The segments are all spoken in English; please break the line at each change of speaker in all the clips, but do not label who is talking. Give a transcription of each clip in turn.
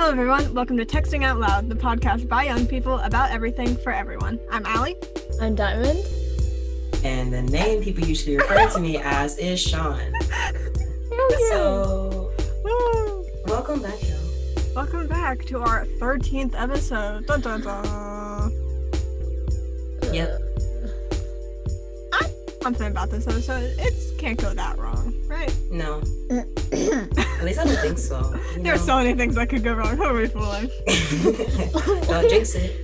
everyone. Welcome to Texting Out Loud, the podcast by young people about everything for everyone. I'm Allie.
I'm Diamond.
And the name people usually refer to me as is Sean. So,
Woo!
welcome back, y'all.
Welcome back to our 13th episode. Dun, dun, dun.
Yep.
Something about this episode, it can't go that wrong, right?
No, at least I don't think so. you
There are so
know.
many things that could go wrong. Who are we fooling?
don't Uh, jinx it.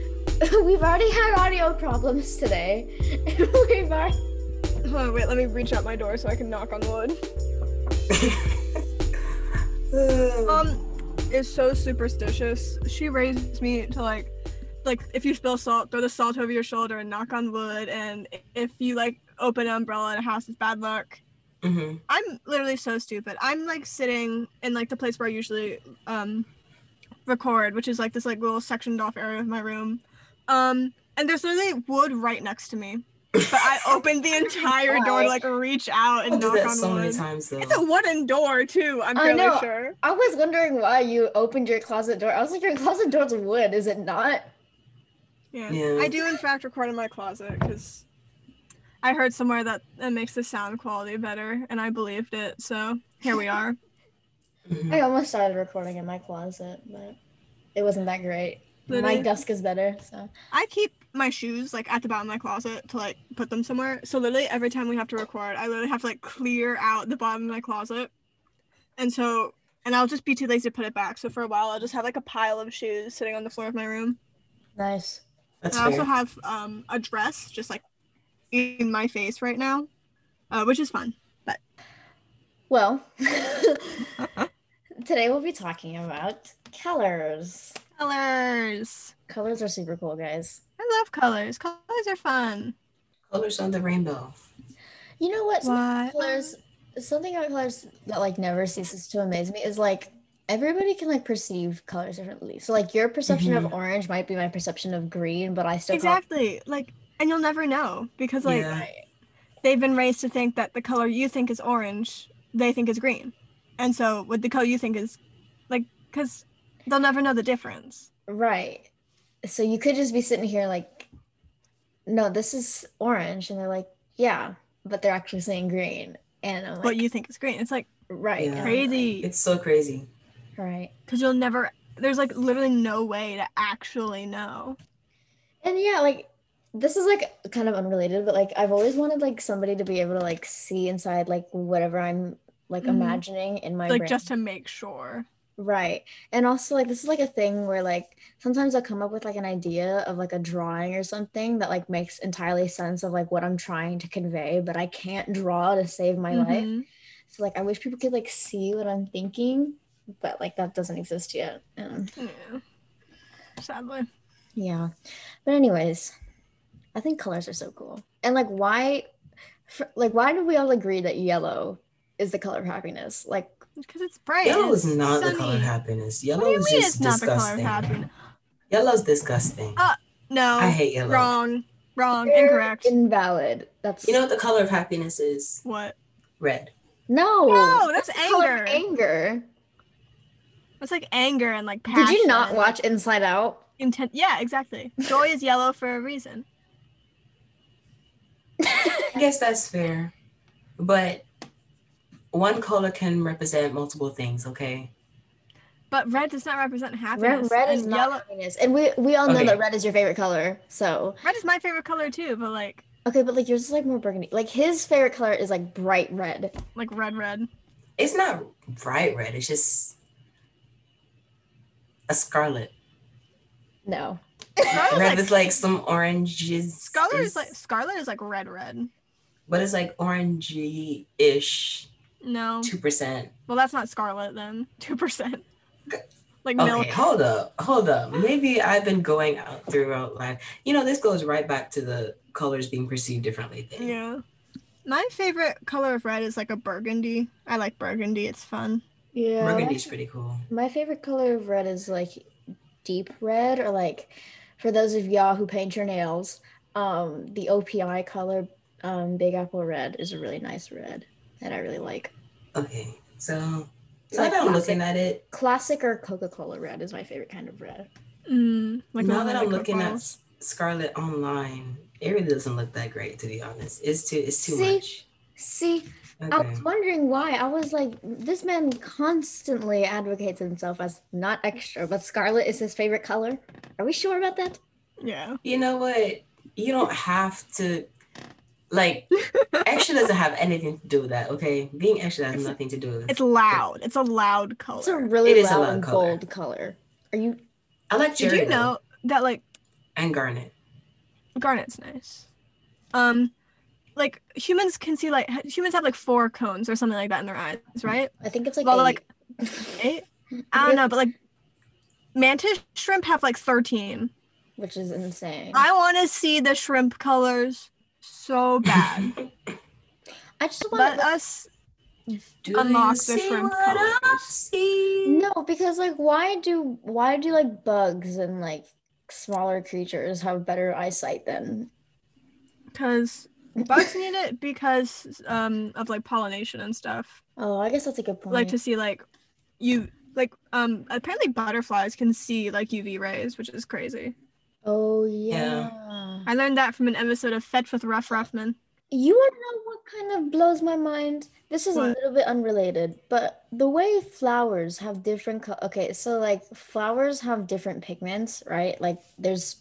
We've already had audio problems today. We've already-
Oh, wait, let me reach out my door so I can knock on wood. Um, is so superstitious. She raised me to like, like if you spill salt, throw the salt over your shoulder and knock on wood. And if you like open an umbrella in a house, it's bad luck.
hmm
I'm literally so stupid. I'm like sitting in like the place where I usually um record, which is like this like little sectioned off area of my room. Um and there's literally wood right next to me. But I opened the entire door to like reach out
I
and
do
knock
that
on
so
wood.
many times though.
It's a wooden door too, I'm
I
fairly
know.
sure.
I was wondering why you opened your closet door. I was like, your closet door's wood, is it not?
Yeah.
Yeah.
I do in fact record in my closet because I heard somewhere that it makes the sound quality better and I believed it. So here we are.
Mhm.
I almost started recording in my closet, but it wasn't that great.
Literally.
My desk is better, so
I keep my shoes like at the bottom of my closet to like put them somewhere. So literally every time we have to record, I literally have to like clear out the bottom of my closet. And so and I'll just be too lazy to put it back. So for a while I'll just have like a pile of shoes sitting on the floor of my room.
nice.
That's
I also
fair.
have um a dress just like in my face right now. Uh, which is fun.
Well,
Uh-huh.
today we'll be talking about colors.
Colors.
Colors are super cool, guys.
I love colors. Colors are fun.
Colors on the rainbow.
You know what?
Why?
colors something about colors that like never ceases to amaze me is like everybody can like perceive colors differently so like your perception of orange might be my perception of green but i still call
Mm-hmm. Exactly. Like and you'll never know because like
Yeah.
they've been raised to think that the color you think is orange, they think is green. And so what the color you think is like cuz they'll never know the difference.
right so you could just be sitting here like no this is orange and they're like yeah but they're actually saying green and i'm like
what you think is green. It's like
right
Yeah.
and I'm
crazy
It's so crazy.
like, right
cuz you'll never there's like literally no way to actually know.
And yeah, like this is like kind of unrelated, but like I've always wanted like somebody to be able to like see inside like whatever I'm like
Mhm.
imagining in my
like
brain.
just to make sure.
right. And also like this is like a thing where like sometimes I'll come up with like an idea of like a drawing or something that like makes entirely sense of like what I'm trying to convey, but I can't draw to save my life.
Mhm.
So like I wish people could like see what I'm thinking, but like that doesn't exist yet. Um, And
Yeah. Sadly.
Yeah. But anyways, I think colors are so cool. And like why for, like why do we all agree that yellow is the color of happiness? Like
Cuz it's bright.
Yellow
it's
is not the color
sunny.
of happiness.
What
Yellow
do you
is
mean
just
it's not the color of
disgusting.
happiness?
Yellow's disgusting.
Uh, No.
I hate yellow.
wrong. Wrong.
they're
Um, Incorrect.
Invalid. That's
You know what the color of happiness is?
what?
Red.
no.
No, that's
the color of
anger.
anger.
It's like anger and like passion.
Did you not watch Inside Out?
Intent. Yeah, exactly. Joy is yellow for a reason.
I guess that's fair. But one color can represent multiple things, okay?
But red does not represent happiness.
Red, red
and
is not
yellow.
happiness. And we we all know
Okay.
that red is your favorite color. So
Red is my favorite color too, but like
okay, but like yours is like more burgundy. Like his favorite color is like bright red.
like red, red.
It's not bright red, it's just a scarlet.
No.
Scarlet
Red
is
is
like
like some oranges.
scarlet
is-
is like scarlet is like red, red.
but it's like orangey ish,
No,
2%.
well that's not scarlet then. Two percent. Like milk.
Okay, hold up, hold up. Maybe I've been going out throughout life. You know, this goes right back to the colors being perceived differently thing.
Yeah. My favorite color of red is like a burgundy. I like burgundy. It's fun.
Yeah.
Burgundy's pretty cool.
My favorite color of red is like deep red, or like for those of y'all who paint your nails, um, the OPI color, um, Big Apple Red is a really nice red that I really like.
Okay, so So now
Like
that I'm
classic.
looking at it,
Classic or Coca Cola red is my favorite kind of red.
Mm, like
now
the
that
one
I'm
with
looking at
bottles.
S- Scarlet online, it really doesn't look that great to be honest. It's too it's too
See? Oh.
much.
See, I
Okay.
was wondering why. I was like, this man constantly advocates himself as not extra, but scarlet is his favorite color. Are we sure about that?
yeah,
You know what? You don't have to like extra doesn't have anything to do with that, okay? Being extra has
It's-
nothing to do with it.
it's loud. It's a loud color.
It's a really
It is a
loud
loud
and
color.
bold color. Are you?
I like
Did
Jerry
you know that like
and Garnet.
garnet's nice? Um, like humans can see like h- humans have like four cones or something like that in their eyes, right?
I think it's like.
Well,
eight.
Eight? I don't know, but like mantis shrimp have like thirteen.
which is insane. I,
I want to see the shrimp colors so bad.
just want
Let
to
us
Do
Unlock
you
the
see
shrimp
what I
colors.
see?
no because like why do why do like bugs and like smaller creatures have better eyesight than
because bugs need it because um of like pollination and stuff.
oh I guess that's a good point.
Like to see like you like um apparently butterflies can see like UV rays, which is crazy.
oh
Yeah.
yeah.
I learned that from an episode of Fetch with Ruff Ruffman.
You want to know what kind of blows my mind? This is a
What?
little bit unrelated, but the way flowers have different co- okay, so like flowers have different pigments, right? Like there's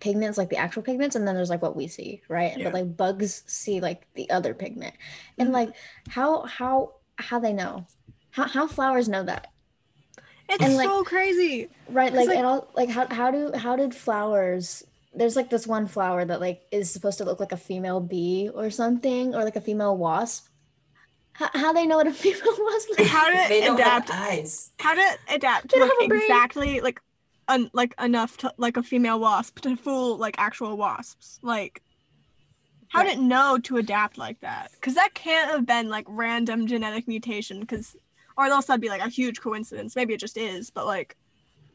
pigments like the actual pigments and then there's like what we see, right?
Yeah.
But like bugs see like the other pigment. And
Mhm.
like how how how they know? How how flowers know that?
It's
And, like-
so crazy.
Right,
'Cause,
like,
like-
and all like how how do how did flowers there's like this one flower that like is supposed to look like a female bee or something or like a female wasp. How how they know what a female wasp looks
How to
They don't
adapt?
have eyes.
How to adapt to
They don't
look
have a brain.
exactly like un- like enough to like a female wasp to fool like actual wasps. Like how
Right.
did it know to adapt like that? Because that can't have been like random genetic mutation. Because or else that'd be like a huge coincidence. Maybe it just is, but like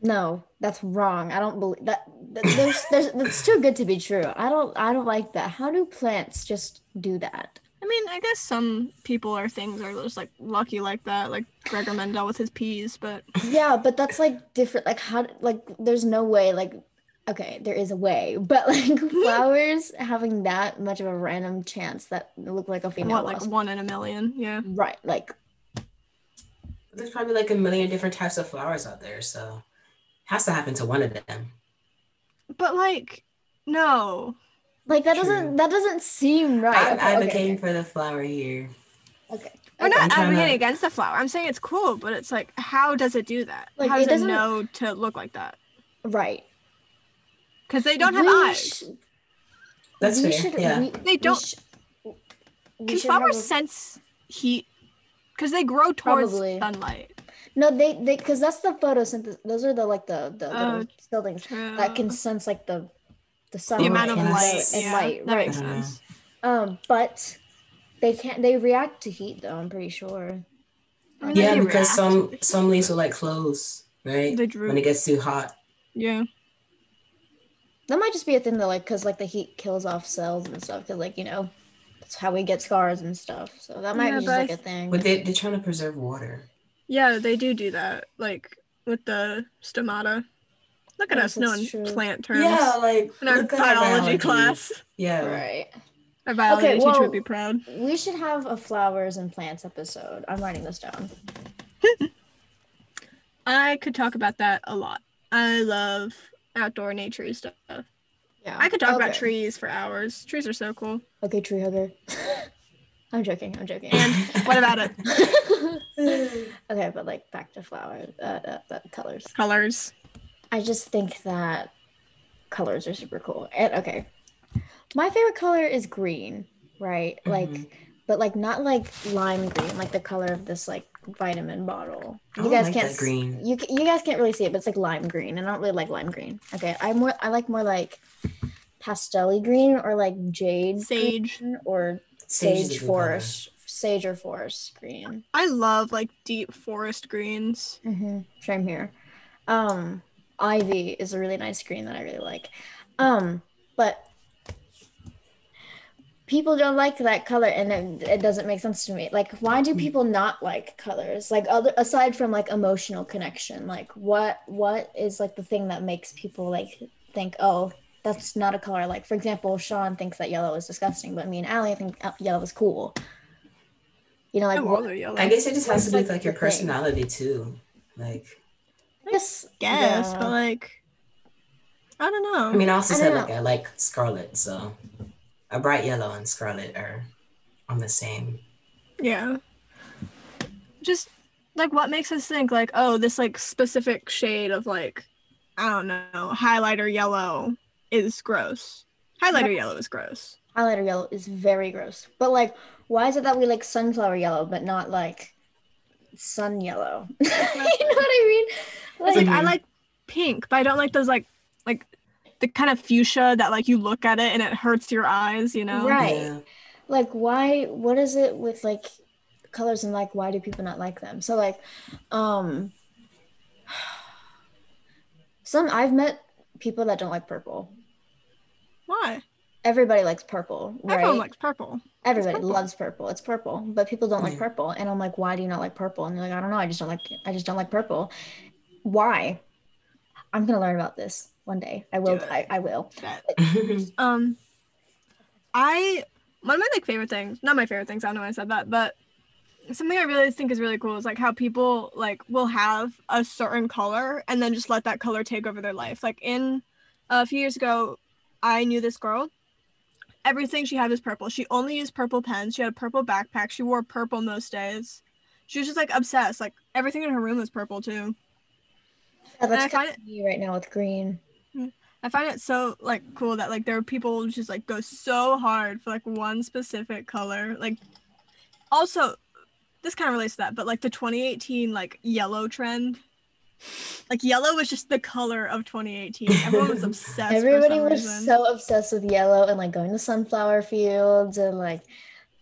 No, that's wrong. I don't believe that, that there's there's that's too good to be true. I don't I don't like that. How do plants just do that?
I mean, I guess some people or things are just like lucky like that, like Gregor Mendel with his peas. But
Yeah, but that's like different. Like how like there's no way like okay, there is a way, but like flowers having that much of a random chance that look like a female
what, like
wasp.
one in a million? Yeah.
Right, like
There's probably like a million different types of flowers out there, so has to happen to one of them.
But like, no.
like that
True.
doesn't that doesn't seem right.
I'm
okay, okay,
advocating for the flower here.
okay, okay.
We're not
I'm trying
advocating
to-
against the flower. I'm saying it's cool, but it's like, how does it do that?
Like,
how does
it
it,
doesn't-
know to look like that?
right.
Because they don't have
We
eyes.
sh-
That's
we
fair.
should-
yeah.
we-
They
we
don't-
sh- we
Can
should have
flowers
a-
sense heat? Because they grow towards
Probably.
sunlight.
no, they they because that's the photosynthesis. Those are the like the the
Oh,
little still things that can sense like the the sun
the amount of
and
sunlight
light.
and
yeah,
light.
That
Right.
makes
I don't
sense.
Um, but they can't. They react to heat, though. I'm pretty sure.
I mean,
Yeah,
they
because
react.
some some leaves will like close, right?
They
When it
droop.
gets too hot.
Yeah.
That might just be a thing, though, like because like the heat kills off cells and stuff. Because like you know, that's how we get scars and stuff. So that might
Yeah,
be
but
just
I
like a
th-
thing.
But they they're trying to preserve water.
Yeah, they do do that, like with the stomata. Look at us
Yes,
knowing
that's true.
plant terms
Yeah, like
in our
look at
biology class.
Yeah.
Right.
Our biology
Okay,
teacher
well-
would be proud.
We should have a flowers and plants episode. I'm writing this down.
I could talk about that a lot. I love outdoor nature stuff.
Yeah.
I could talk about
Okay.
trees for hours. Trees are so cool.
Okay, tree hugger. I'm joking. I'm joking.
And what about it?
okay, but like back to flowers, uh, uh, uh, colors.
Colors.
I just think that colors are super cool. And okay, my favorite color is green, right?
Mhm.
Like, but like not like lime green, like the color of this like vitamin bottle.
Oh, I
You
don't
guys
like
can't.
that
s-
green.
You ca- you guys can't really see it, but it's like lime green, and I don't really like lime green. Okay, I more I like more like pastelly green or like jade
Sage.
green or
Sage is a
sage
good color.
forest, sage or forest green.
I love like deep forest greens.
Mm-hmm. Same here. Um, Ivy is a really nice green that I really like. Um, but people don't like that color and it, it doesn't make sense to me like why
Mm-hmm.
do people not like colors like other aside from like emotional connection like what what is like the thing that makes people like think oh that's not a color like for example sean thinks that yellow is disgusting but me and Allie think uh, yellow is cool you know like
I'm
what,
older, yellow.
I guess it just has to do with like your
Thing.
personality too. Like,
yes
guess,
yeah.
but like, Um, I don't know.
I mean, I also
I
said
don't
like I like scarlet, so a bright yellow and scarlet are on the same.
yeah. Just like what makes us think like, oh, this like specific shade of like, I don't know, highlighter yellow is gross. Highlighter yellow is gross.
highlighter yellow is very gross but like why is it that we like sunflower yellow but not like sun yellow you know what i mean
It's like
like
I
Mhm.
like pink, but I don't like those like like the kind of fuchsia that like you look at it and it hurts your eyes, you know?
Right.
Yeah.
like why what is it with like colors and like why do people not like them so like um some i've met people that don't like purple
Why?
everybody likes purple right
Everyone likes purple.
everybody
purple.
loves purple it's purple but people don't like
Yeah.
purple and i'm like why do you not like purple and they're like i don't know i just don't like i just don't like purple why i'm gonna learn about this one day i will
Do it.
I, I will
That um I one of my like favorite things, not my favorite things, I don't know why I said that, but something I really think is really cool is like how people like will have a certain color and then just let that color take over their life. Like in a few years ago, I knew this girl. Everything she had was purple. She only used purple pens. She had a purple backpack. She wore purple most days. She was just like obsessed. Like everything in her room was purple too. I
Yeah, that's
find
kind of me right now with green
I find it so like cool that like there are people who just like go so hard for like one specific color. Like also this kind of relates to that, but like the 2018 like yellow trend. Like yellow was just the color of 2018. Everyone was obsessed. for
Everybody
some
was
reason.
so obsessed with yellow and like going to sunflower fields and like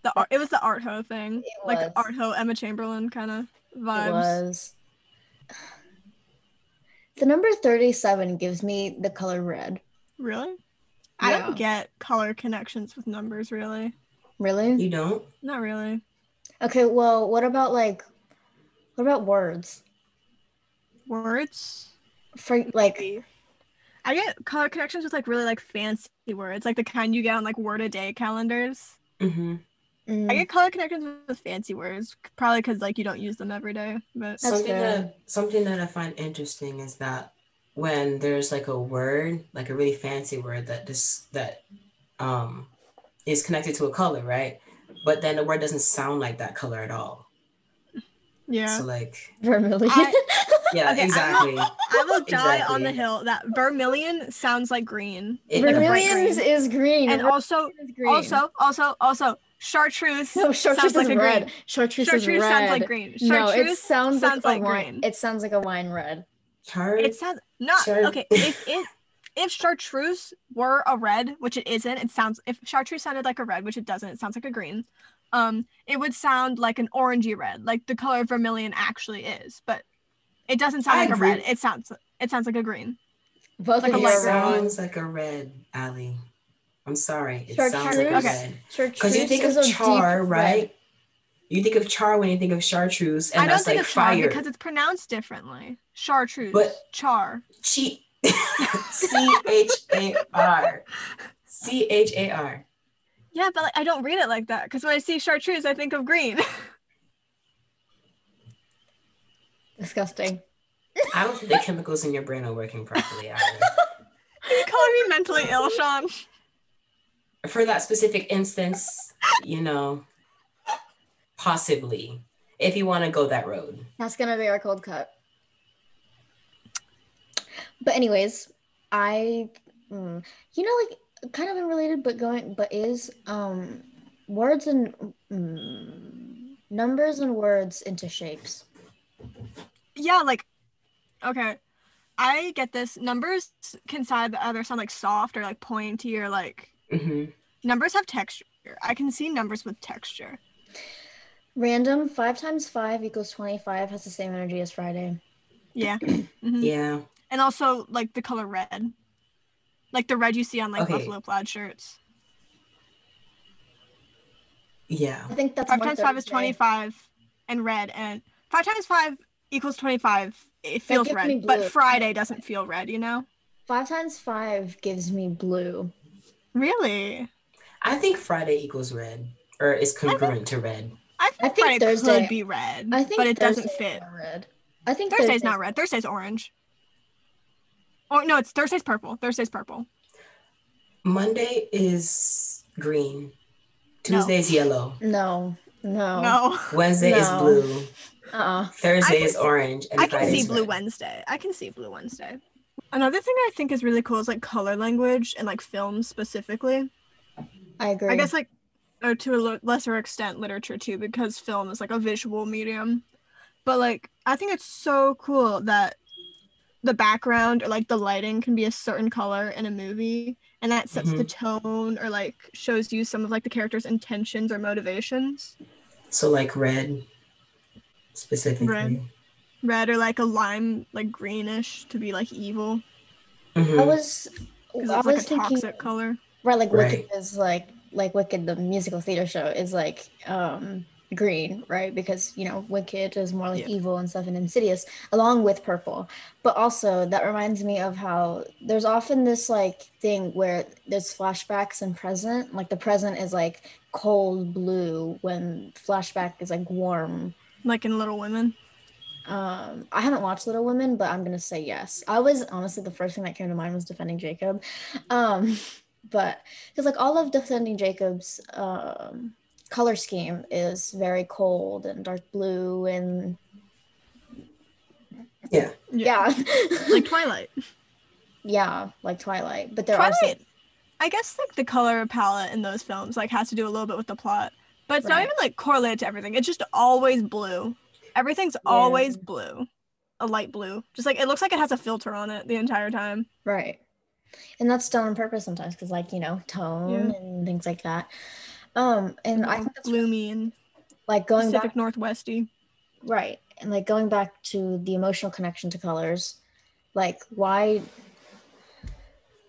the art, it was the art ho thing.
It
Like
was.
art ho Emma Chamberlain kind of
it
vibes.
was. The number 37 gives me the color red.
Really? I
Yeah.
don't get color connections with numbers really.
Really?
you don't?
Not really.
Okay, well, what about like what about words?
Words?
For like
I get color connections with like really like fancy words, like the kind you get on like word a day calendars.
Mm-hmm.
I
mm,
get color connections with fancy words, probably because like you don't use them every day. But
That's
something
fair.
that something that I find interesting is that when there's like a word, like a really fancy word that just that um is connected to a color, right? But then the word doesn't sound like that color at all.
yeah,
So like,
vermilion.
Okay,
yeah,
I'm not-
exactly.
I will die on the
Exactly.
hill that vermilion sounds like green,
It-
Like a bright
vermilion is,
green.
is green.
and
Vermilion
also,
is green.
also, also, also, chartreuse
no, chartreuse
sounds like
is
a
red.
green.
Chartreuse,
Chartreuse
is red.
sounds like green.
No,
Chartreuse
it sounds,
sounds
like,
like
a wine.
green.
It sounds like a wine red.
Char-
It sounds not
Char-
okay. If it if chartreuse were a red, which it isn't, it sounds if chartreuse sounded like a red, which it doesn't, it sounds like a green. Um, it would sound like an orangey red, like the color vermilion actually is, but it doesn't sound
I
like
agree.
a red. It sounds it sounds like a green.
Both
Like a
of you
light
it
are
brown.
wrong.
sounds like a red, Ali. I'm sorry. It sounds like a
Chartreuse?
red.
Chartreuse
Because you think
is
of
a
char,
deep
right?
red.
You think of char when you think of chartreuse, and
I don't
that's
think
like
of char
fire.
because it's pronounced differently. Chartreuse,
But-
char.
Cheat. C H A R. C H A R.
Yeah, but like, I don't read it like that because when I see chartreuse, I think of green.
Disgusting.
I don't think the chemicals in your brain are working properly either.
Can you call me mentally ill, Sean?
For that specific instance, you know, possibly, if you want to go that road.
That's gonna be our cold cut. But anyways, I, mm, you know, like kind of unrelated, but going, but is um words and mm, numbers and words into shapes.
yeah, like, okay, I get this. Numbers can sound either sound like soft or like pointy or like
hmm
numbers have texture. I can see numbers with texture.
Random five times five equals twenty-five has the same energy as Friday.
Yeah. Mhm.
Yeah.
And also like the color red, like the red you see on like
Okay.
buffalo plaid shirts.
Yeah.
I think that's
Five
one
times
third
five is
day.
twenty-five, and red. And five times five equals twenty-five. It feels
gives me
red,
blue.
but Friday doesn't feel red. You know?
Five times five gives me blue.
Really?
I think Friday equals red or is congruent to red.
I
I
think,
think
Friday
Thursday-
could be red,
I think,
but it doesn't
Thursday's
fit.
not Red. I think
Thursday's not red. Thursday's orange. Or no, it's Thursday's purple. Thursday's purple.
Monday is green.
No.
Tuesday is yellow.
No, no.
No,
Wednesday is
No.
blue.
Uh-uh.
I
Thursday
can
is
s-
orange. And
I can
Friday
see
is
blue
red.
Wednesday. I can see blue Wednesday. Another thing I think is really cool is like color language and like films specifically.
I agree.
I guess like, or to a lo- lesser extent, literature too, because film is like a visual medium. But like, I think it's so cool that the background or like the lighting can be a certain color in a movie, and that sets the
Mm-hmm.
tone or like shows you some of like the character's intentions or motivations.
So like red specifically.
Red. Red or like a lime, like greenish to be like evil
Mhm.
I was I
because it's
was
like a
thinking
toxic color.
right like
Right.
Wicked is like like Wicked the musical theater show is like um green, right? Because you know, Wicked is more like
Yeah.
evil and stuff and insidious along with purple. But also that reminds me of how there's often this like thing where there's flashbacks and present, like the present is like cold blue when flashback is like warm
Like in Little Women,
Um, I haven't watched Little Women, but I'm gonna say yes. I was honestly the first thing that came to mind was defending Jacob, um, but because like all of defending Jacob's um, color scheme is very cold and dark blue and
Yeah.
yeah,
like Twilight.
yeah, like Twilight. But there are some,
Twilight. I guess like the color palette in those films like has to do a little bit with the plot, but it's not
Right.
even like correlated to everything. It's just always blue. Everything's always blue, a light blue. Just like it looks like it has a filter on it the entire time.
right, and that's done on purpose sometimes because like you know tone and things like that. Um, and I think that's
gloomy and
like going back
Pacific Northwesty.
Right. And like going back to the emotional connection to colors, like why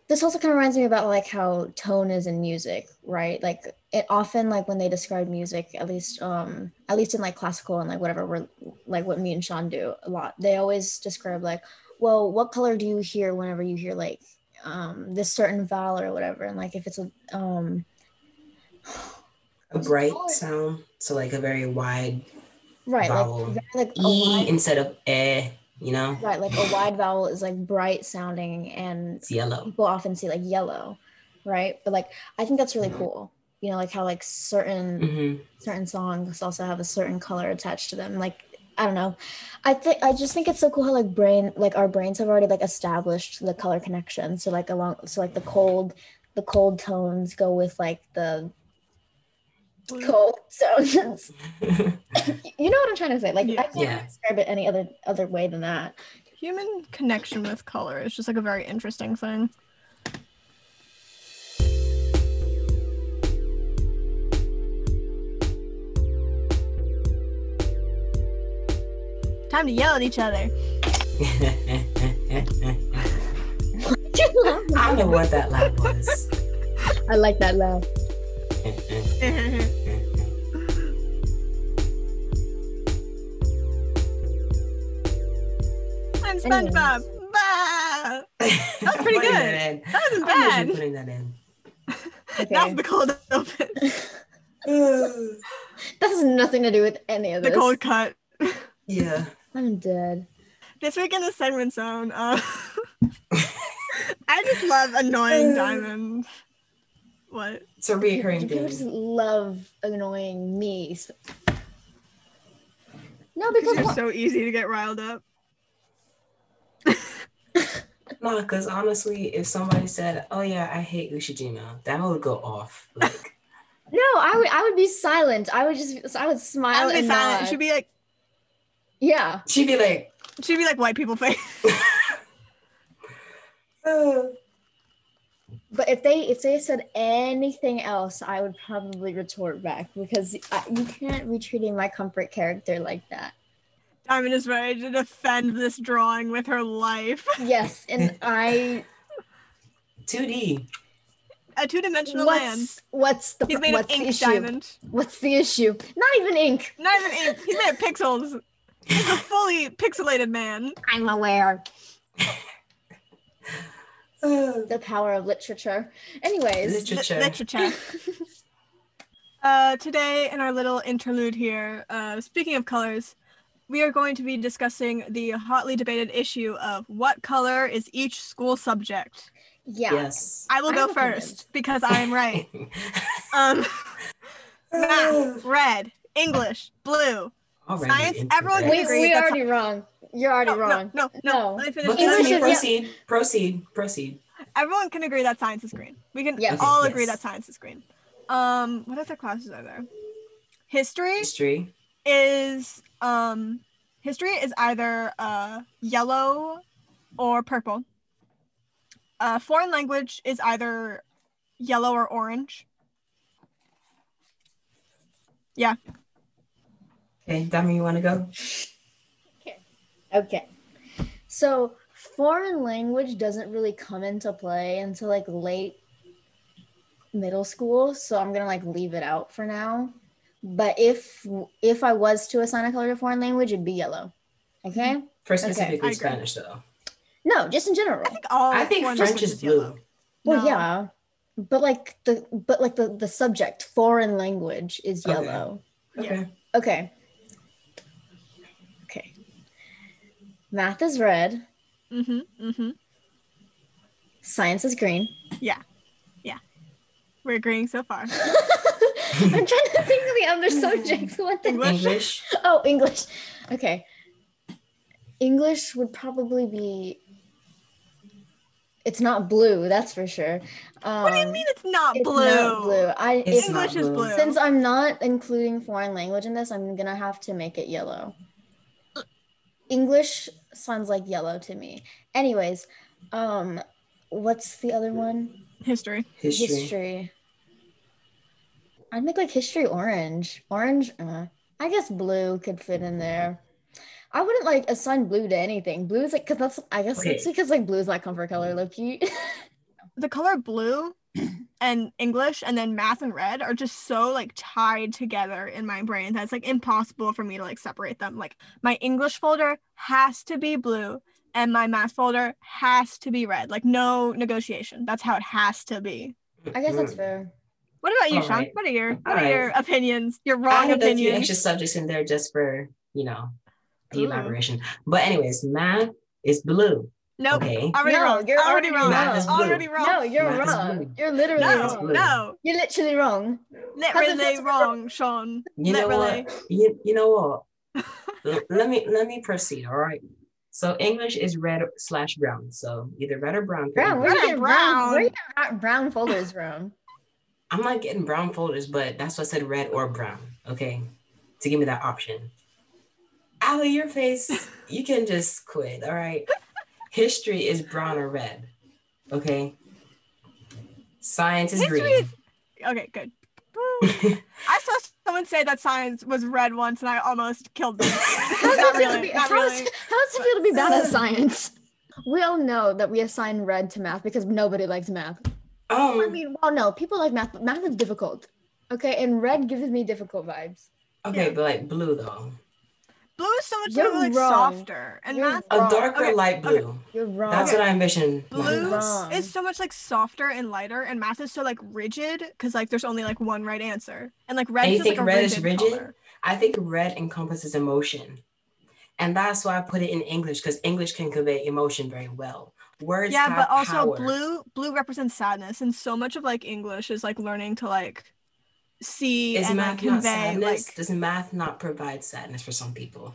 this also kind of reminds me about like how tone is in music, right? Like it often like when they describe music, at least um at least in like classical and like whatever we're like what me and Sean do a lot, they always describe like, well, what color do you hear whenever you hear like um this certain vowel or whatever? And like if it's a um
A bright sound. So like a very wide
right,
Vowel.
like, very, like a
E
wide-
instead of eh, you know?
right, like a wide vowel is like bright sounding and
It's yellow.
people often see like yellow right but like i think that's really cool you know like how like certain
hmm
certain songs also have a certain color attached to them like i don't know i think i just think it's so cool how like brain like our brains have already like established the color connection so like along so like the cold the cold tones go with like the
Blue.
cold tones you know what i'm trying to say like i
Yeah.
can't
Yeah.
describe it any other other way than that
Human connection with color is just like a very interesting thing. Time to yell at each other.
I don't know what that laugh was.
i like that laugh
I'm SpongeBob. Bah!
That
was pretty good. That wasn't
I'm
bad.
usually putting that in.
That's
okay
the cold open.
that has nothing to do with any of
The
this
cold cut.
yeah.
I'm dead.
This week in the segment zone, uh, I just love
Uh.
annoying Diamond. What?
It's a reoccurring
People just
thing.
love annoying me. so- No,
You're
because what-
so easy to get riled up.
No, because honestly, if somebody said, "Oh yeah, I hate Ushijima," that would go off. Like,
no, I would I would be silent. I would just I would
I
smile
would be
and
silent.
nod.
She'd be like,
yeah,
she'd be like,
she'd be like white people face.
"Oh."
but if they if they said anything else, I would probably retort back because I, you can't be treating my comfort character like that.
Diamond is ready to defend this drawing with her life.
Yes, and I
2D.
a two-dimensional land.
What's what's the
He's
pro-
made
what's
of
the
ink
issue?
diamond.
What's the issue? Not even ink.
Not even ink. He's made of pixels. He's a fully pixelated man.
I'm aware.
Uh,
The power of literature. Anyways,
Li-
Literature.
literature. uh, today, in our little interlude here, uh, speaking of colors, we are going to be discussing the hotly debated issue of what color is each school subject.
yeah.
Yes.
I will
I'm
go
offended.
first because I am right. Um, math, red, English, blue.
Already
Science,
into
everyone
that.
We,
agree,
we
that's
already wrong. You're already
Oh, No,
wrong.
No, no, no.
No.
Let me finish.
But
Let me
English
continue,
is- yeah.
proceed, proceed, proceed.
everyone can agree that science is green. We can
Yes.
all
Okay,
agree
yes.
that science is green. Um, what other classes are there? History
History.
is um, history is either uh, yellow or purple. Uh, foreign language is either yellow or orange.
Okay, Dami, you want to go?
Okay. So foreign language doesn't really come into play until like late middle school. So I'm gonna like leave it out for now. But if if I was to assign a color to foreign language, it'd be yellow. Okay.
For
Okay.
specifically
I agree. Oh,
Spanish, though.
No, just in general.
I think all.
I think
foreign
French
languages
is blue.
yellow.
Well,
No.
yeah, but like the but like the the subject foreign language is
Okay.
yellow.
Okay.
Okay. Okay. Math is red.
Mhm. Mhm.
Science is green.
We're agreeing so far.
I'm trying to think of the other subjects. What the
English.
Oh, English. Okay. English would probably be. It's not blue, that's for sure. Um,
what do you mean it's not
It's
blue?
not blue. I
It's
it-
not
English is
blue.
blue.
since I'm not including foreign language in this, I'm gonna have to make it yellow. English sounds like yellow to me. Anyways, um, what's the other one?
History.
History.
history. I'd make like history orange. Orange, uh, I guess blue could fit in there. I wouldn't like assign blue to anything. Blue is like because that's I guess it's
Okay.
because like blue is my comfort color, Loki.
the color blue and English and then math and red are just so like tied together in my brain that it's like impossible for me to like separate them. Like my English folder has to be blue and my math folder has to be red. Like no negotiation. That's how it has to be.
I guess that's
Mhm.
fair.
What about you,
All
Sean?
right.
What are your what
All
are
right.
your opinions? Your
I
wrong
had a few
opinions.
extra subjects in there just for you know the
Ooh.
elaboration. But anyways, math is blue.
nope.
Okay.
Already
No,
wrong.
you're
already
already
wrong.
Math is blue.
Already wrong.
No, you're
Math is blue.
wrong. You're literally
Math is
wrong.
blue.
no,
You're literally wrong.
literally
that's-
wrong, Sean.
You know
Literally.
what? You, you know what? L- let me let me proceed. All right. So English is red slash brown. So either red or brown. for
Brown,
English.
where
You're
you get brown?
brown.
Where you get brown folders from?
I'm not getting brown folders, but that's why I said red or brown. Okay. To give me that option. Allie, your face, you can just quit. All right. History is brown or red. Okay. Science is
History
green.
Okay, good. I saw someone say that science was red once, and I almost killed them.
How does
not
it feel to
really.
be-
Not
how does
really.
how does it feel to be bad at science? We all know that we assign red to math because nobody likes math. I
um,
mean, well, no, people like math, but math is difficult. Okay, and red gives me difficult vibes.
okay, but like blue though.
Blue is so much
You're
more like
wrong.
softer, and
You're
math
A
Wrong.
darker
Okay,
light blue.
okay.
You're wrong.
That's what I envision.
blue
Wrong.
is so much like softer and lighter, and math is so like rigid because like there's only like one right answer, and like red
And you
is just, like
think
a
red
rigid,
is rigid?
color.
I think red encompasses emotion. And that's why I put it in English because English can convey emotion very well. Words
yeah,
have
but also
power.
blue blue represents sadness, and so much of like English is like learning to like see
Is
and like,
math not
convey
sadness?
like,
Does math not provide sadness for some people?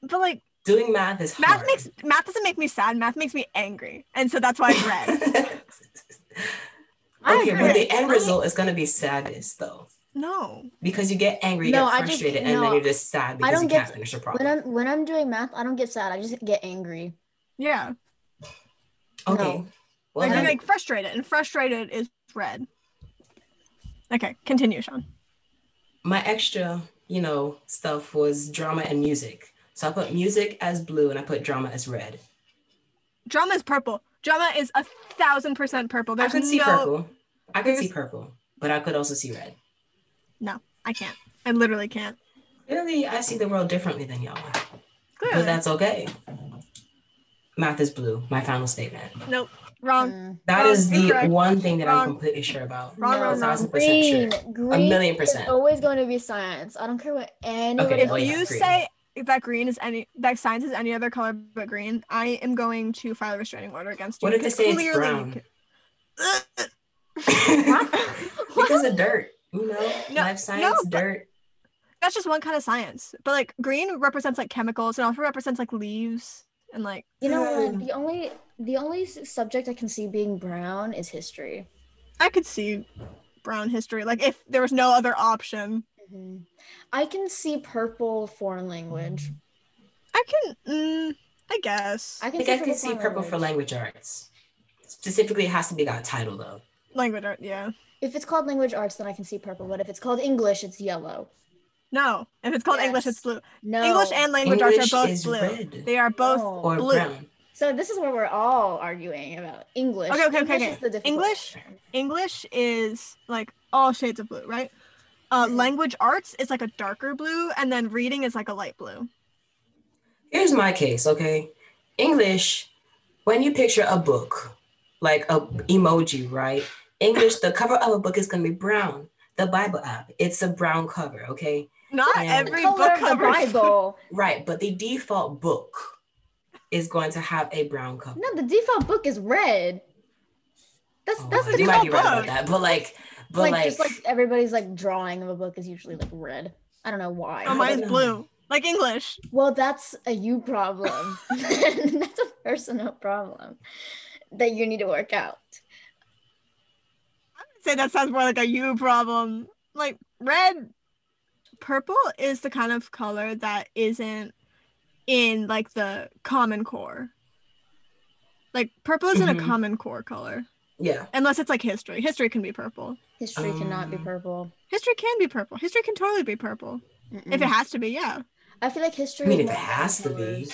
but like
Doing math is
math
hard.
makes math doesn't make me sad. Math makes me angry, and so that's why it's red.
I
okay,
agree.
but the end result is gonna be sadness though,
no.
because you get angry, you
No, I
get
just-
frustrated, and
no,
then you're just sad because
don't
you
get-
can't finish your
When
problem.
I'm when I'm doing math, I don't get sad. I just get angry.
Yeah.
Okay.
no.
Well,
like,
then,
you're like frustrated, and frustrated is red. Okay, continue, Sean.
my extra, you know, stuff was drama and music. So I put music as blue and I put drama as red.
Drama is purple. Drama is a thousand percent purple.
I
There's
can see
no,
purple. I can see
there's-
purple, but I could also see red.
I can't. I literally can't.
Really, I see the world differently than y'all.
Clearly,
But that's okay. Math is blue, my final statement.
nope. Wrong.
Mm.
That
Wrong,
is the
incorrect.
one thing that I'm
Wrong.
completely sure about.
Um, Wrong, wrong,
A
wrong.
thousand percent
Green,
sure. A
green.
million
It's
percent.
always going to be science. I don't care what anybody.
If
oh, yeah,
you
green.
say that green is any that science is any other color but green, I am going to file a restraining order against you.
What if they
because
say it's
clearly you
brown?
can-
because of dirt, you know,
No,
life science,
but-
dirt.
That's just one kind of science. But like green represents like chemicals and also represents like leaves and like
You know what?
Mm.
The only the only s- subject I can see being brown is history.
I could see brown history. Like if there was no other option.
Mm-hmm. I can see purple foreign language.
I can mm, I guess.
I
I
can
think
see
I could see
foreign
purple for language arts. Specifically, it has to be that title though.
Language art, yeah.
If it's called language arts, then I can see purple. But if it's called English, it's yellow.
No. If it's called English,
Yes.
it's blue.
No.
English and language arts
English
are both
is
blue.
red
They are both
No.
or
blue.
brown.
So this is where we're all arguing about English.
Okay, okay, okay,
English
okay.
Is the difficult
English-
one.
English is like all shades of blue, right? Uh,
Mhm.
language arts is like a darker blue, and then reading is like a light blue.
Here's my case, okay? English, when you picture a book, like a emoji, right? English, the cover of a book is gonna be brown. The Bible app, it's a brown cover, okay?
Not
Yeah.
every
the color
book
of the
cover. is-
Bible.
Right, but the default book is going to have a brown cover.
No, the default book is red. That's
Oh,
that's
wow,
the
you
default
might be right
book.
about that, but like, but
like,
like,
just like everybody's like drawing of a book is usually like red. I don't know why.
Oh,
mine-
mine's blue, like English.
Well, that's a you problem. that's a personal problem that you need to work out.
I'd say that sounds more like a you problem. Like red, purple is the kind of color that isn't in like the common core. Like purple isn't
Mhm.
a common core color
yeah,
unless it's like history. History can be purple.
History cannot be
Um,
purple.
History can be purple. History can totally be purple. If
Mm-mm.
it has to be, yeah.
I feel like history.
I mean,
is
if it
more
has to be,
colors.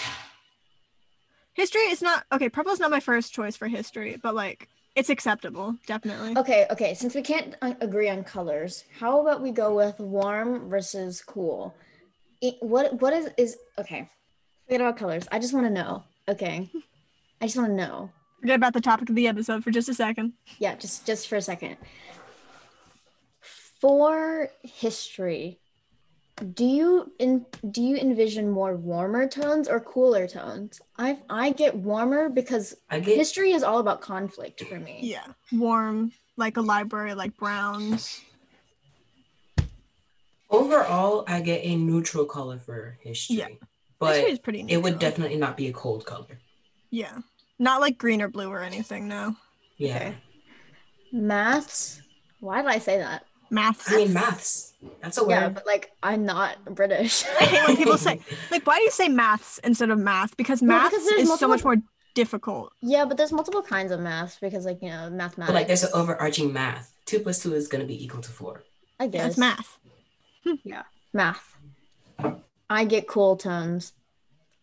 History is not okay. Purple's not my first choice for history, but like it's acceptable, definitely.
Okay, okay. Since we can't uh, agree on colors, how about we go with warm versus cool? I- what what is is okay? Forget about colors. I just want to know. Okay, I just want to know.
Forget about the topic of the episode for just a second.
Yeah, just just for a second. For history, do you in do you envision more warmer tones or cooler tones? I I get warmer because
I get
history is all about conflict for me.
Yeah. Warm, like a library, like Browns.
overall, I get a neutral color for history,
Yeah.
but
history is pretty neutral.
it would definitely not be a cold color.
Yeah. Not like green or blue or anything, no.
Yeah,
Okay. Maths. Why did I say that?
Math.
I mean, maths, that's a
Yeah,
word.
but like I'm not British.
I hate when people say like why do you say maths instead of math? Because
Well,
maths
because
is
there's
so
multiple-
much more difficult.
yeah, but there's multiple kinds of maths because like you know
but
mathematics.
like, there's an overarching math. Two plus two is gonna be equal to four.
I
Yeah,
guess
it's math.
Math. I get cool tones,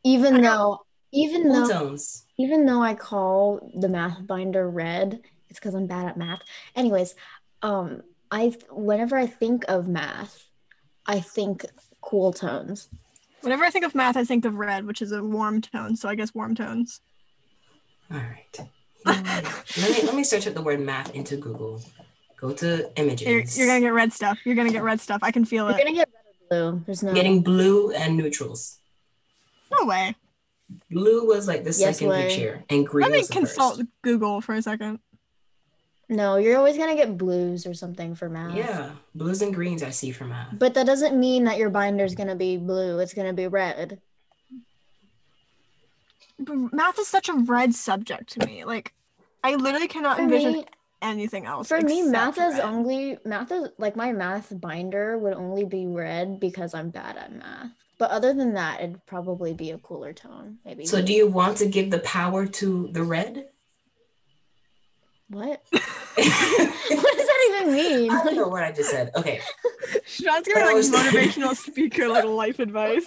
even
I don't-
though even
Cool
though
tones.
even though I call the math binder red, it's because I'm bad at math. Anyways, um, I whenever I think of math, I think cool tones.
Whenever I think of math, I think of red, which is a warm tone, so I guess warm tones.
All right. let me let me search up the word math into Google. Go to
You're,
images.
you're gonna get red stuff. You're gonna get red stuff. I can feel
You're
it.
gonna get red or blue. There's no
Getting blue and neutrals.
No way.
Blue was like the
Yes
second
way.
picture, and green
Let me
was the
consult
first.
Google for a second.
no. You're always gonna get blues or something for math.
Yeah, blues and greens I see for math.
But that doesn't mean that your binder's gonna be blue. It's gonna be red.
B- Math is such a red subject to me. Like, I literally cannot
For
envision
me,
anything else.
for me,
except
math is
red.
only math is like my math binder would only be red because I'm bad at math. But other than that, it'd probably be a cooler tone. Maybe.
So do you want to give the power to the red?
what?
I
what does that even mean?
don't know what I just said. Okay.
Sean's gonna
I
like
was-
motivational speaker, like life advice.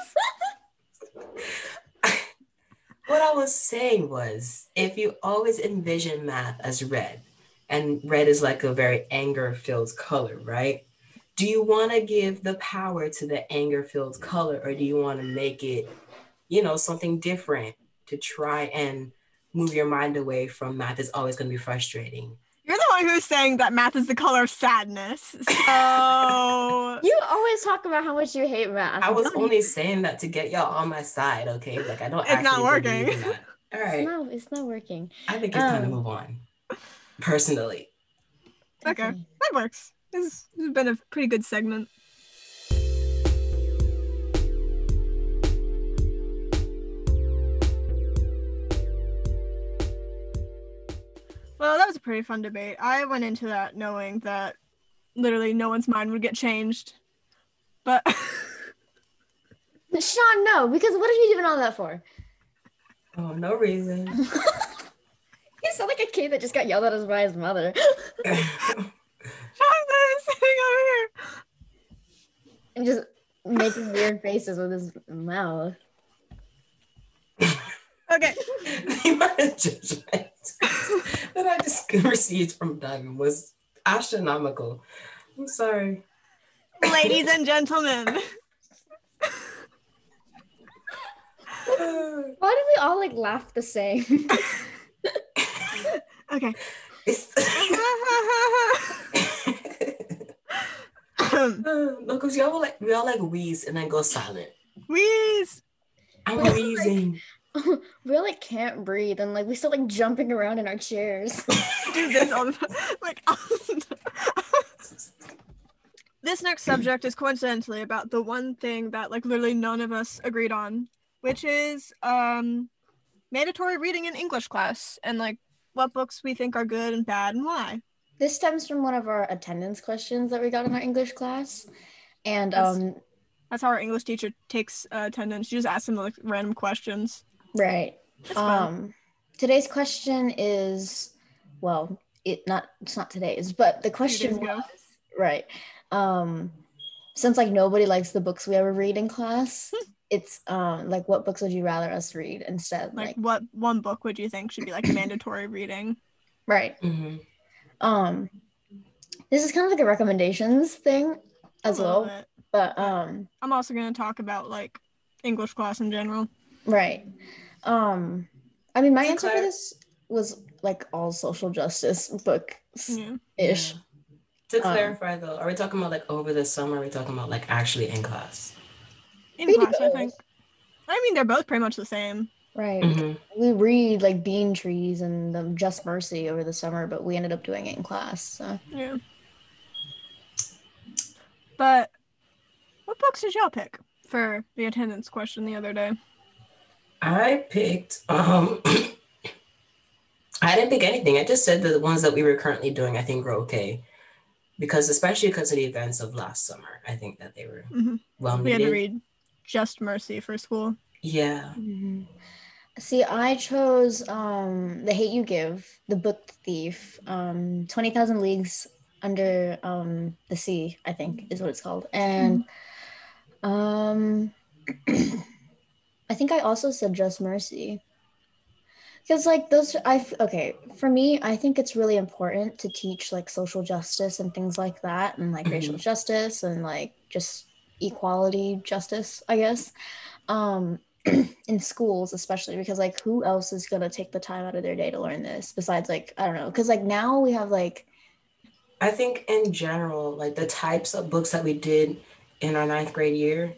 what I was saying was if you always envision math as red, and red is like a very anger filled color, right? Do you want to give the power to the anger filled color, or do you want to make it, you know, something different to try and move your mind away from math is always going to be frustrating?
You're the one who's saying that math is the color of sadness. So
You always talk about how much you hate math.
I was
Don't you?
only saying that to get y'all on my side, okay? Like I don't
It's
actually
not working.
believe in that. All
It's
right.
not, it's not working.
I think it's time to
Um,
move on. Personally.
Okay. that works. This has been a pretty good segment. Well, that was a pretty fun debate. I went into that knowing that literally no one's mind would get changed. But
Sean, no, because what are you doing all that for?
Oh, no reason.
You sound like a kid that just got yelled at by his mother.
Jonathan is sitting over here.
and just making weird faces with his mouth.
Okay.
the amount of judgment that I just received from Diamond was astronomical. I'm sorry.
Ladies and gentlemen.
Uh,
Why do we all like laugh the same?
Okay.
it's-
Um,
Uh, Look, 'cause y'all were like we all like wheeze and then go silent.
Wheeze.
I'm
Well, like-
wheezing.
we like can't breathe and like we start like jumping around in our chairs.
do this all the time. Like, all the time. this next subject is coincidentally about the one thing that like literally none of us agreed on, which is um, mandatory reading in English class and like what books we think are good and bad and why.
this stems from one of our attendance questions that we got in our English class. And
Yes.
um
That's how our English teacher takes uh, attendance. She just asks them like random questions.
right.
That's fun.
Um today's question is well, it not it's not today's, but the question
ago.
was right. Um since like nobody likes the books we ever read in class, it's um like what books would you rather us read instead?
Like,
Like,
what one book would you think should be like mandatory reading?
right.
hmm
Um this is kind of like a recommendations thing as
I love
well.
it.
But um
I'm also gonna talk about like English class in general.
Right. Um, I mean, my
So
answer for
Claire-
this was like all social justice book
Yeah.
ish.
To
Um,
clarify though, are we talking about like over the summer? Are we talking about like actually in class?
In
We do
class, I
both.
think. I mean, they're both pretty much the same.
Right.
Mhm.
We read like Bean Trees and the Just Mercy over the summer, but we ended up doing it in class. So.
Yeah. But what books did y'all pick for the attendance question the other day?
I picked um I didn't pick anything. I just said that the ones that we were currently doing I think were okay. Because especially because of the events of last summer, I think that they were
Mhm.
well
We had to
needed.
read Just Mercy for school.
Yeah.
Mm-hmm. See, I chose um, The Hate You Give, The Book Thief, um, 20,000 Leagues Under um, the Sea, I think is what it's called. And um, I think I also said Just Mercy. Because, like, those, I, okay, for me, I think it's really important to teach, like, social justice and things like that, and,
Mm-hmm.
like, racial justice and, like, just equality justice, I guess um in schools especially because like who else is going to take the time out of their day to learn this besides like i don't know because like now we have like
I think in general, like the types of books that we did in our ninth grade year,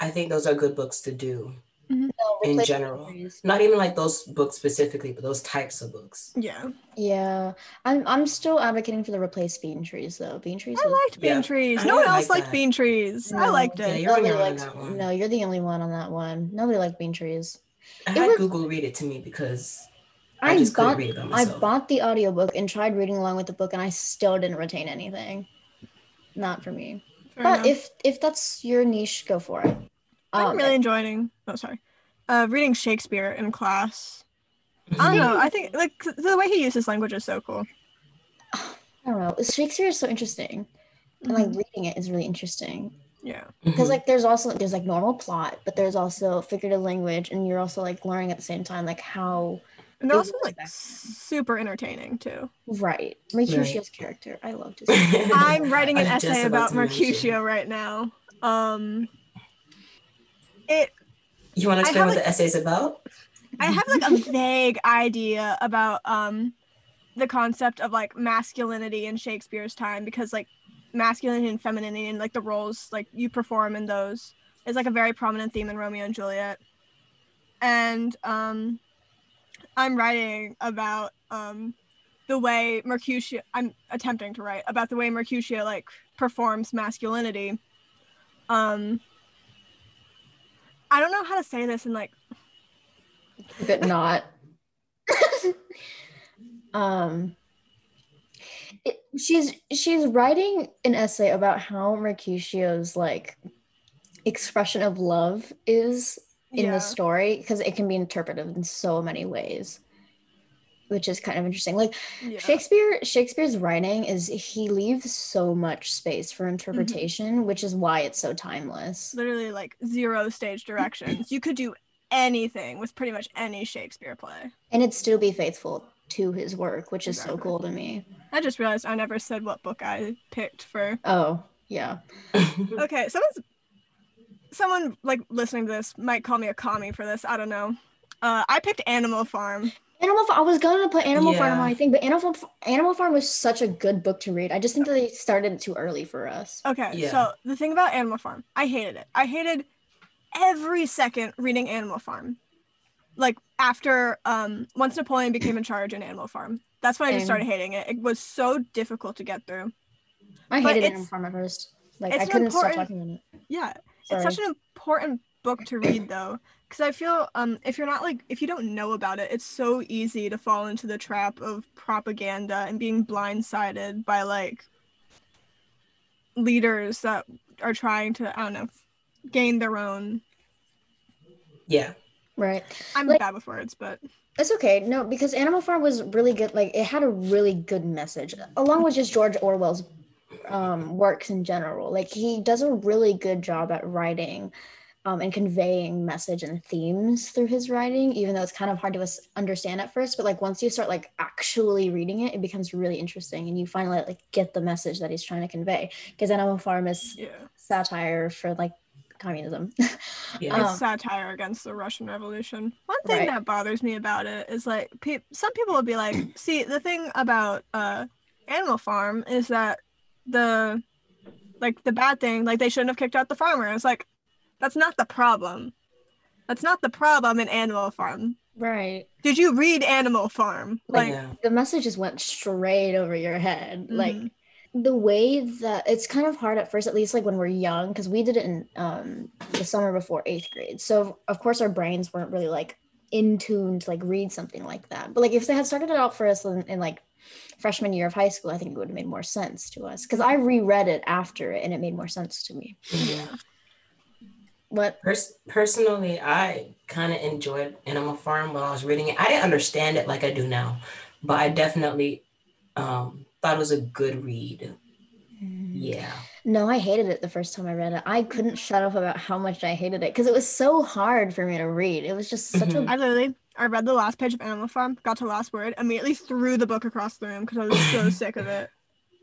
I think those are good books to do in
replacement
general.
theories.
Not even like those books specifically, but those types of books.
Yeah.
yeah i'm i'm still advocating for the replace bean trees though bean trees
I
was-
liked Bean
Yeah.
Trees.
I
No one
like
else liked
that.
Bean Trees. I
No,
liked
Yeah,
it.
you're on
nobody
your own on
likes
that one.
no you're the only one on that one nobody liked bean trees
I
It
had
was-
Google read it to me because I,
i,
just
bought
couldn't read it by
i
myself.
bought the audiobook and tried reading along with the book and i still didn't retain anything not for me
Fair
but
enough.
if um, if that's your niche go for it
I'm really enjoying. Oh, sorry. Uh, reading Shakespeare in class. I don't
uh,
Mhm.
know. I think like the way he uses language is so cool.
Mm-hmm.
I don't know. Shakespeare is so interesting, and like reading it is really interesting.
Yeah.
because like there's also there's like normal plot but there's also figurative language and you're also like learning at the same time like how
And they're
It
also
was
like
back then.
super entertaining too.
right mercutio's character i loved his
I'm writing an
I was just
essay about
about to mention.
Mercutio right now. Um it
you want to
I
explain what
haven't-
the essay's about?
I have like a vague idea about um the concept of like masculinity in Shakespeare's time because like masculinity and femininity and like the roles like you perform in those is like a very prominent theme in Romeo and Juliet. And um I'm writing about um the way Mercutio I'm attempting to write about the way Mercutio like performs masculinity. Um I don't know how to say this in like
but not um it- she's she's writing an essay about how mercutio's like expression of love is in
yeah.
the story because it can be interpreted in so many ways which is kind of interesting like
Yeah.
shakespeare shakespeare's writing is he leaves so much space
Mm-hmm.
for interpretation which is why it's so timeless
literally like zero stage directions. You could do anything with pretty much any Shakespeare play.
and it'd still be faithful to his work which is so
Exactly.
cool to me
I just realized I never said what book I picked for.
oh yeah
Okay, someone's someone like listening to this might call me a commie for this. I don't know. Uh, I picked Animal Farm.
Animal Farm. I was gonna put Animal Farm on
Yeah.
my thing, but Animal F- Animal Farm was such a good book to read. I just think that they started it too early for us.
Okay,
Yeah.
so the thing about Animal Farm, I hated it. I hated every second reading Animal Farm. Like after um once Napoleon became in charge in Animal Farm. That's when I just
Same.
started hating it. It was so difficult to get through.
I
But
hated
it's-
Animal Farm at first. Like
it's
I
an
couldn't stop
important-
talking about it.
Yeah,
Sorry.
it's such an important book to read though because i feel um if you're not like if you don't know about it it's so easy to fall into the trap of propaganda and being blindsided by like leaders that are trying to i don't know gain their own
yeah.
right.
i'm
Like-
bad with words but
It's okay. No, because Animal Farm was really good. Like it had a really good message, along with just George Orwell's um, works in general. Like he does a really good job at writing um, and conveying message and themes through his writing, even though it's kind of hard to us- understand at first. But like once you start like actually reading it, it becomes really interesting, and you finally like get the message that he's trying to convey. Because Animal Farm is
yeah
satire for like communism.
Yeah.
it's
Um,
satire against the Russian Revolution. One thing
Right.
that bothers me about it is like pe- some people will be like, "See, the thing about uh, Animal Farm is that the like the bad thing, like they shouldn't have kicked out the farmer." It's like that's not the problem. That's not the problem in Animal Farm.
right.
Did you read Animal Farm? Like,
yeah.
The message just went straight over your head, like.
mhm.
Mm-hmm.
the way that it's kind of hard at first at least like when we're young because we did it in um, the summer before eighth grade so of course our brains weren't really like in tune to like read something like that but like if they had started it out for us in, in like freshman year of high school i think it would have made more sense to us because i reread it after it and it made more sense to me
yeah.
what
Pers- personally, I kind of enjoyed Animal Farm when I was reading it. I didn't understand it like I do now, but I definitely um, thought it was a good read. Yeah.
No, I hated it the first time I read it. I couldn't shut up about how much I hated it because it was so hard for me to read. It was just such
Mhm.
a
I literally I read the last page of Animal Farm, got to last word, immediately threw the book across the room because I was so sick of it.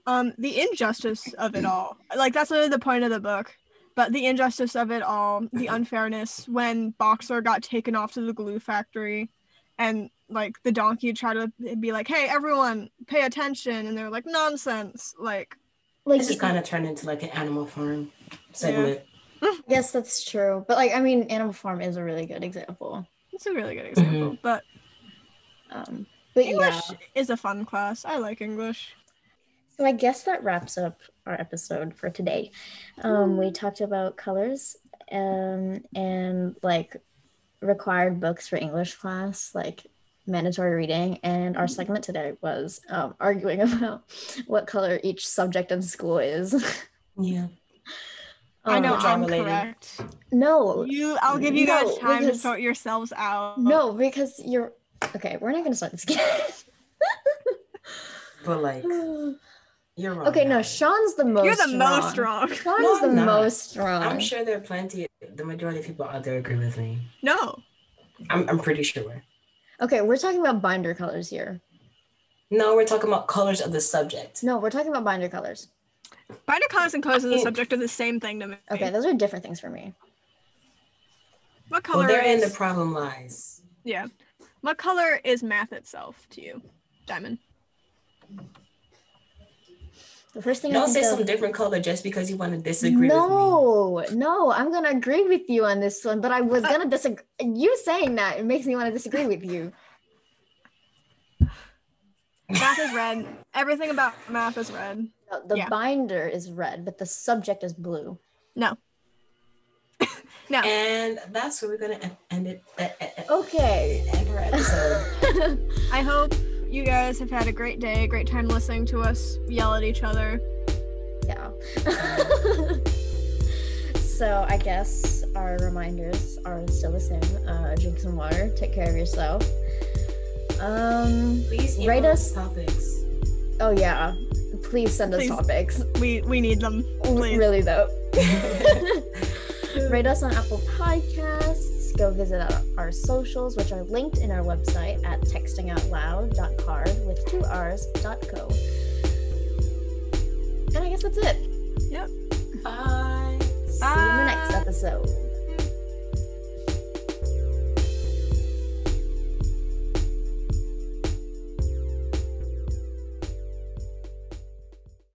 Um, the injustice of it all, like that's really the point of the book. But the injustice of it all, the unfairness when Boxer got taken off to the glue factory, and like the donkey tried to be like, "Hey, everyone, pay attention," and they were like, "Nonsense!" Like,
like
This is kind of turned into like an Animal Farm segment.
Yes, that's true. But like, I mean, Animal Farm is a really good example.
it's a really good example. But
Um, but
English
yeah,
is a fun class. I like English.
so I guess that wraps up our episode for today. Um,
Mm.
we talked about colors um, and like required books for English class, like mandatory reading. And
Mm.
our segment today was um, arguing about what color each subject in school is.
Yeah.
I know
Um,
Draw
I'm
related.
correct.
No,
You, I'll give you
No,
guys time
because-
to sort yourselves out.
no, because you're okay. We're not gonna start this game.
But like, You're wrong.
Okay, no,
Allie.
Sean's the most.
You're the most wrong.
wrong. Sean
No,
is the
I'm not.
most wrong.
I'm sure there are plenty. The majority of people out there agree with me.
No.
I'm, I'm pretty sure.
Okay, we're talking about binder colors here.
No, we're talking about colors of the subject.
No, we're talking about binder colors.
Binder colors and colors of the
Oh.
subject are the same thing to me.
Okay, those are different things for me.
What color
Well, therein
is
the problem lies.
Yeah. What color is math itself to you, Diamond?
The first thing I
Don't
think
say
of-
some different color just because you want to disagree with me.
no, no, I'm gonna agree with you on this one, but I was
Uh,
gonna disagree. You saying that it makes me want to disagree with you.
Math is red. Everything about math is red.
No, The
Yeah.
binder is red, but the subject is blue.
And that's where we're gonna en- end it. eh, eh, eh,
Okay.
end our episode.
I hope you guys have had a great day, a great time listening to us yell at each other.
Yeah. so I guess our reminders are still the same. Uh, drink some water. Take care of yourself. Um.
Please
Rate
email
us.
topics.
Oh yeah. Please send us
Please.
topics.
We we need them. Please.
Oh, Really though. Rate us on Apple Podcasts. Go visit our, our socials, which are linked in our website at textingoutloud.card with two R's dot co. And I guess that's it.
Bye.
See you in the
Bye.
next episode.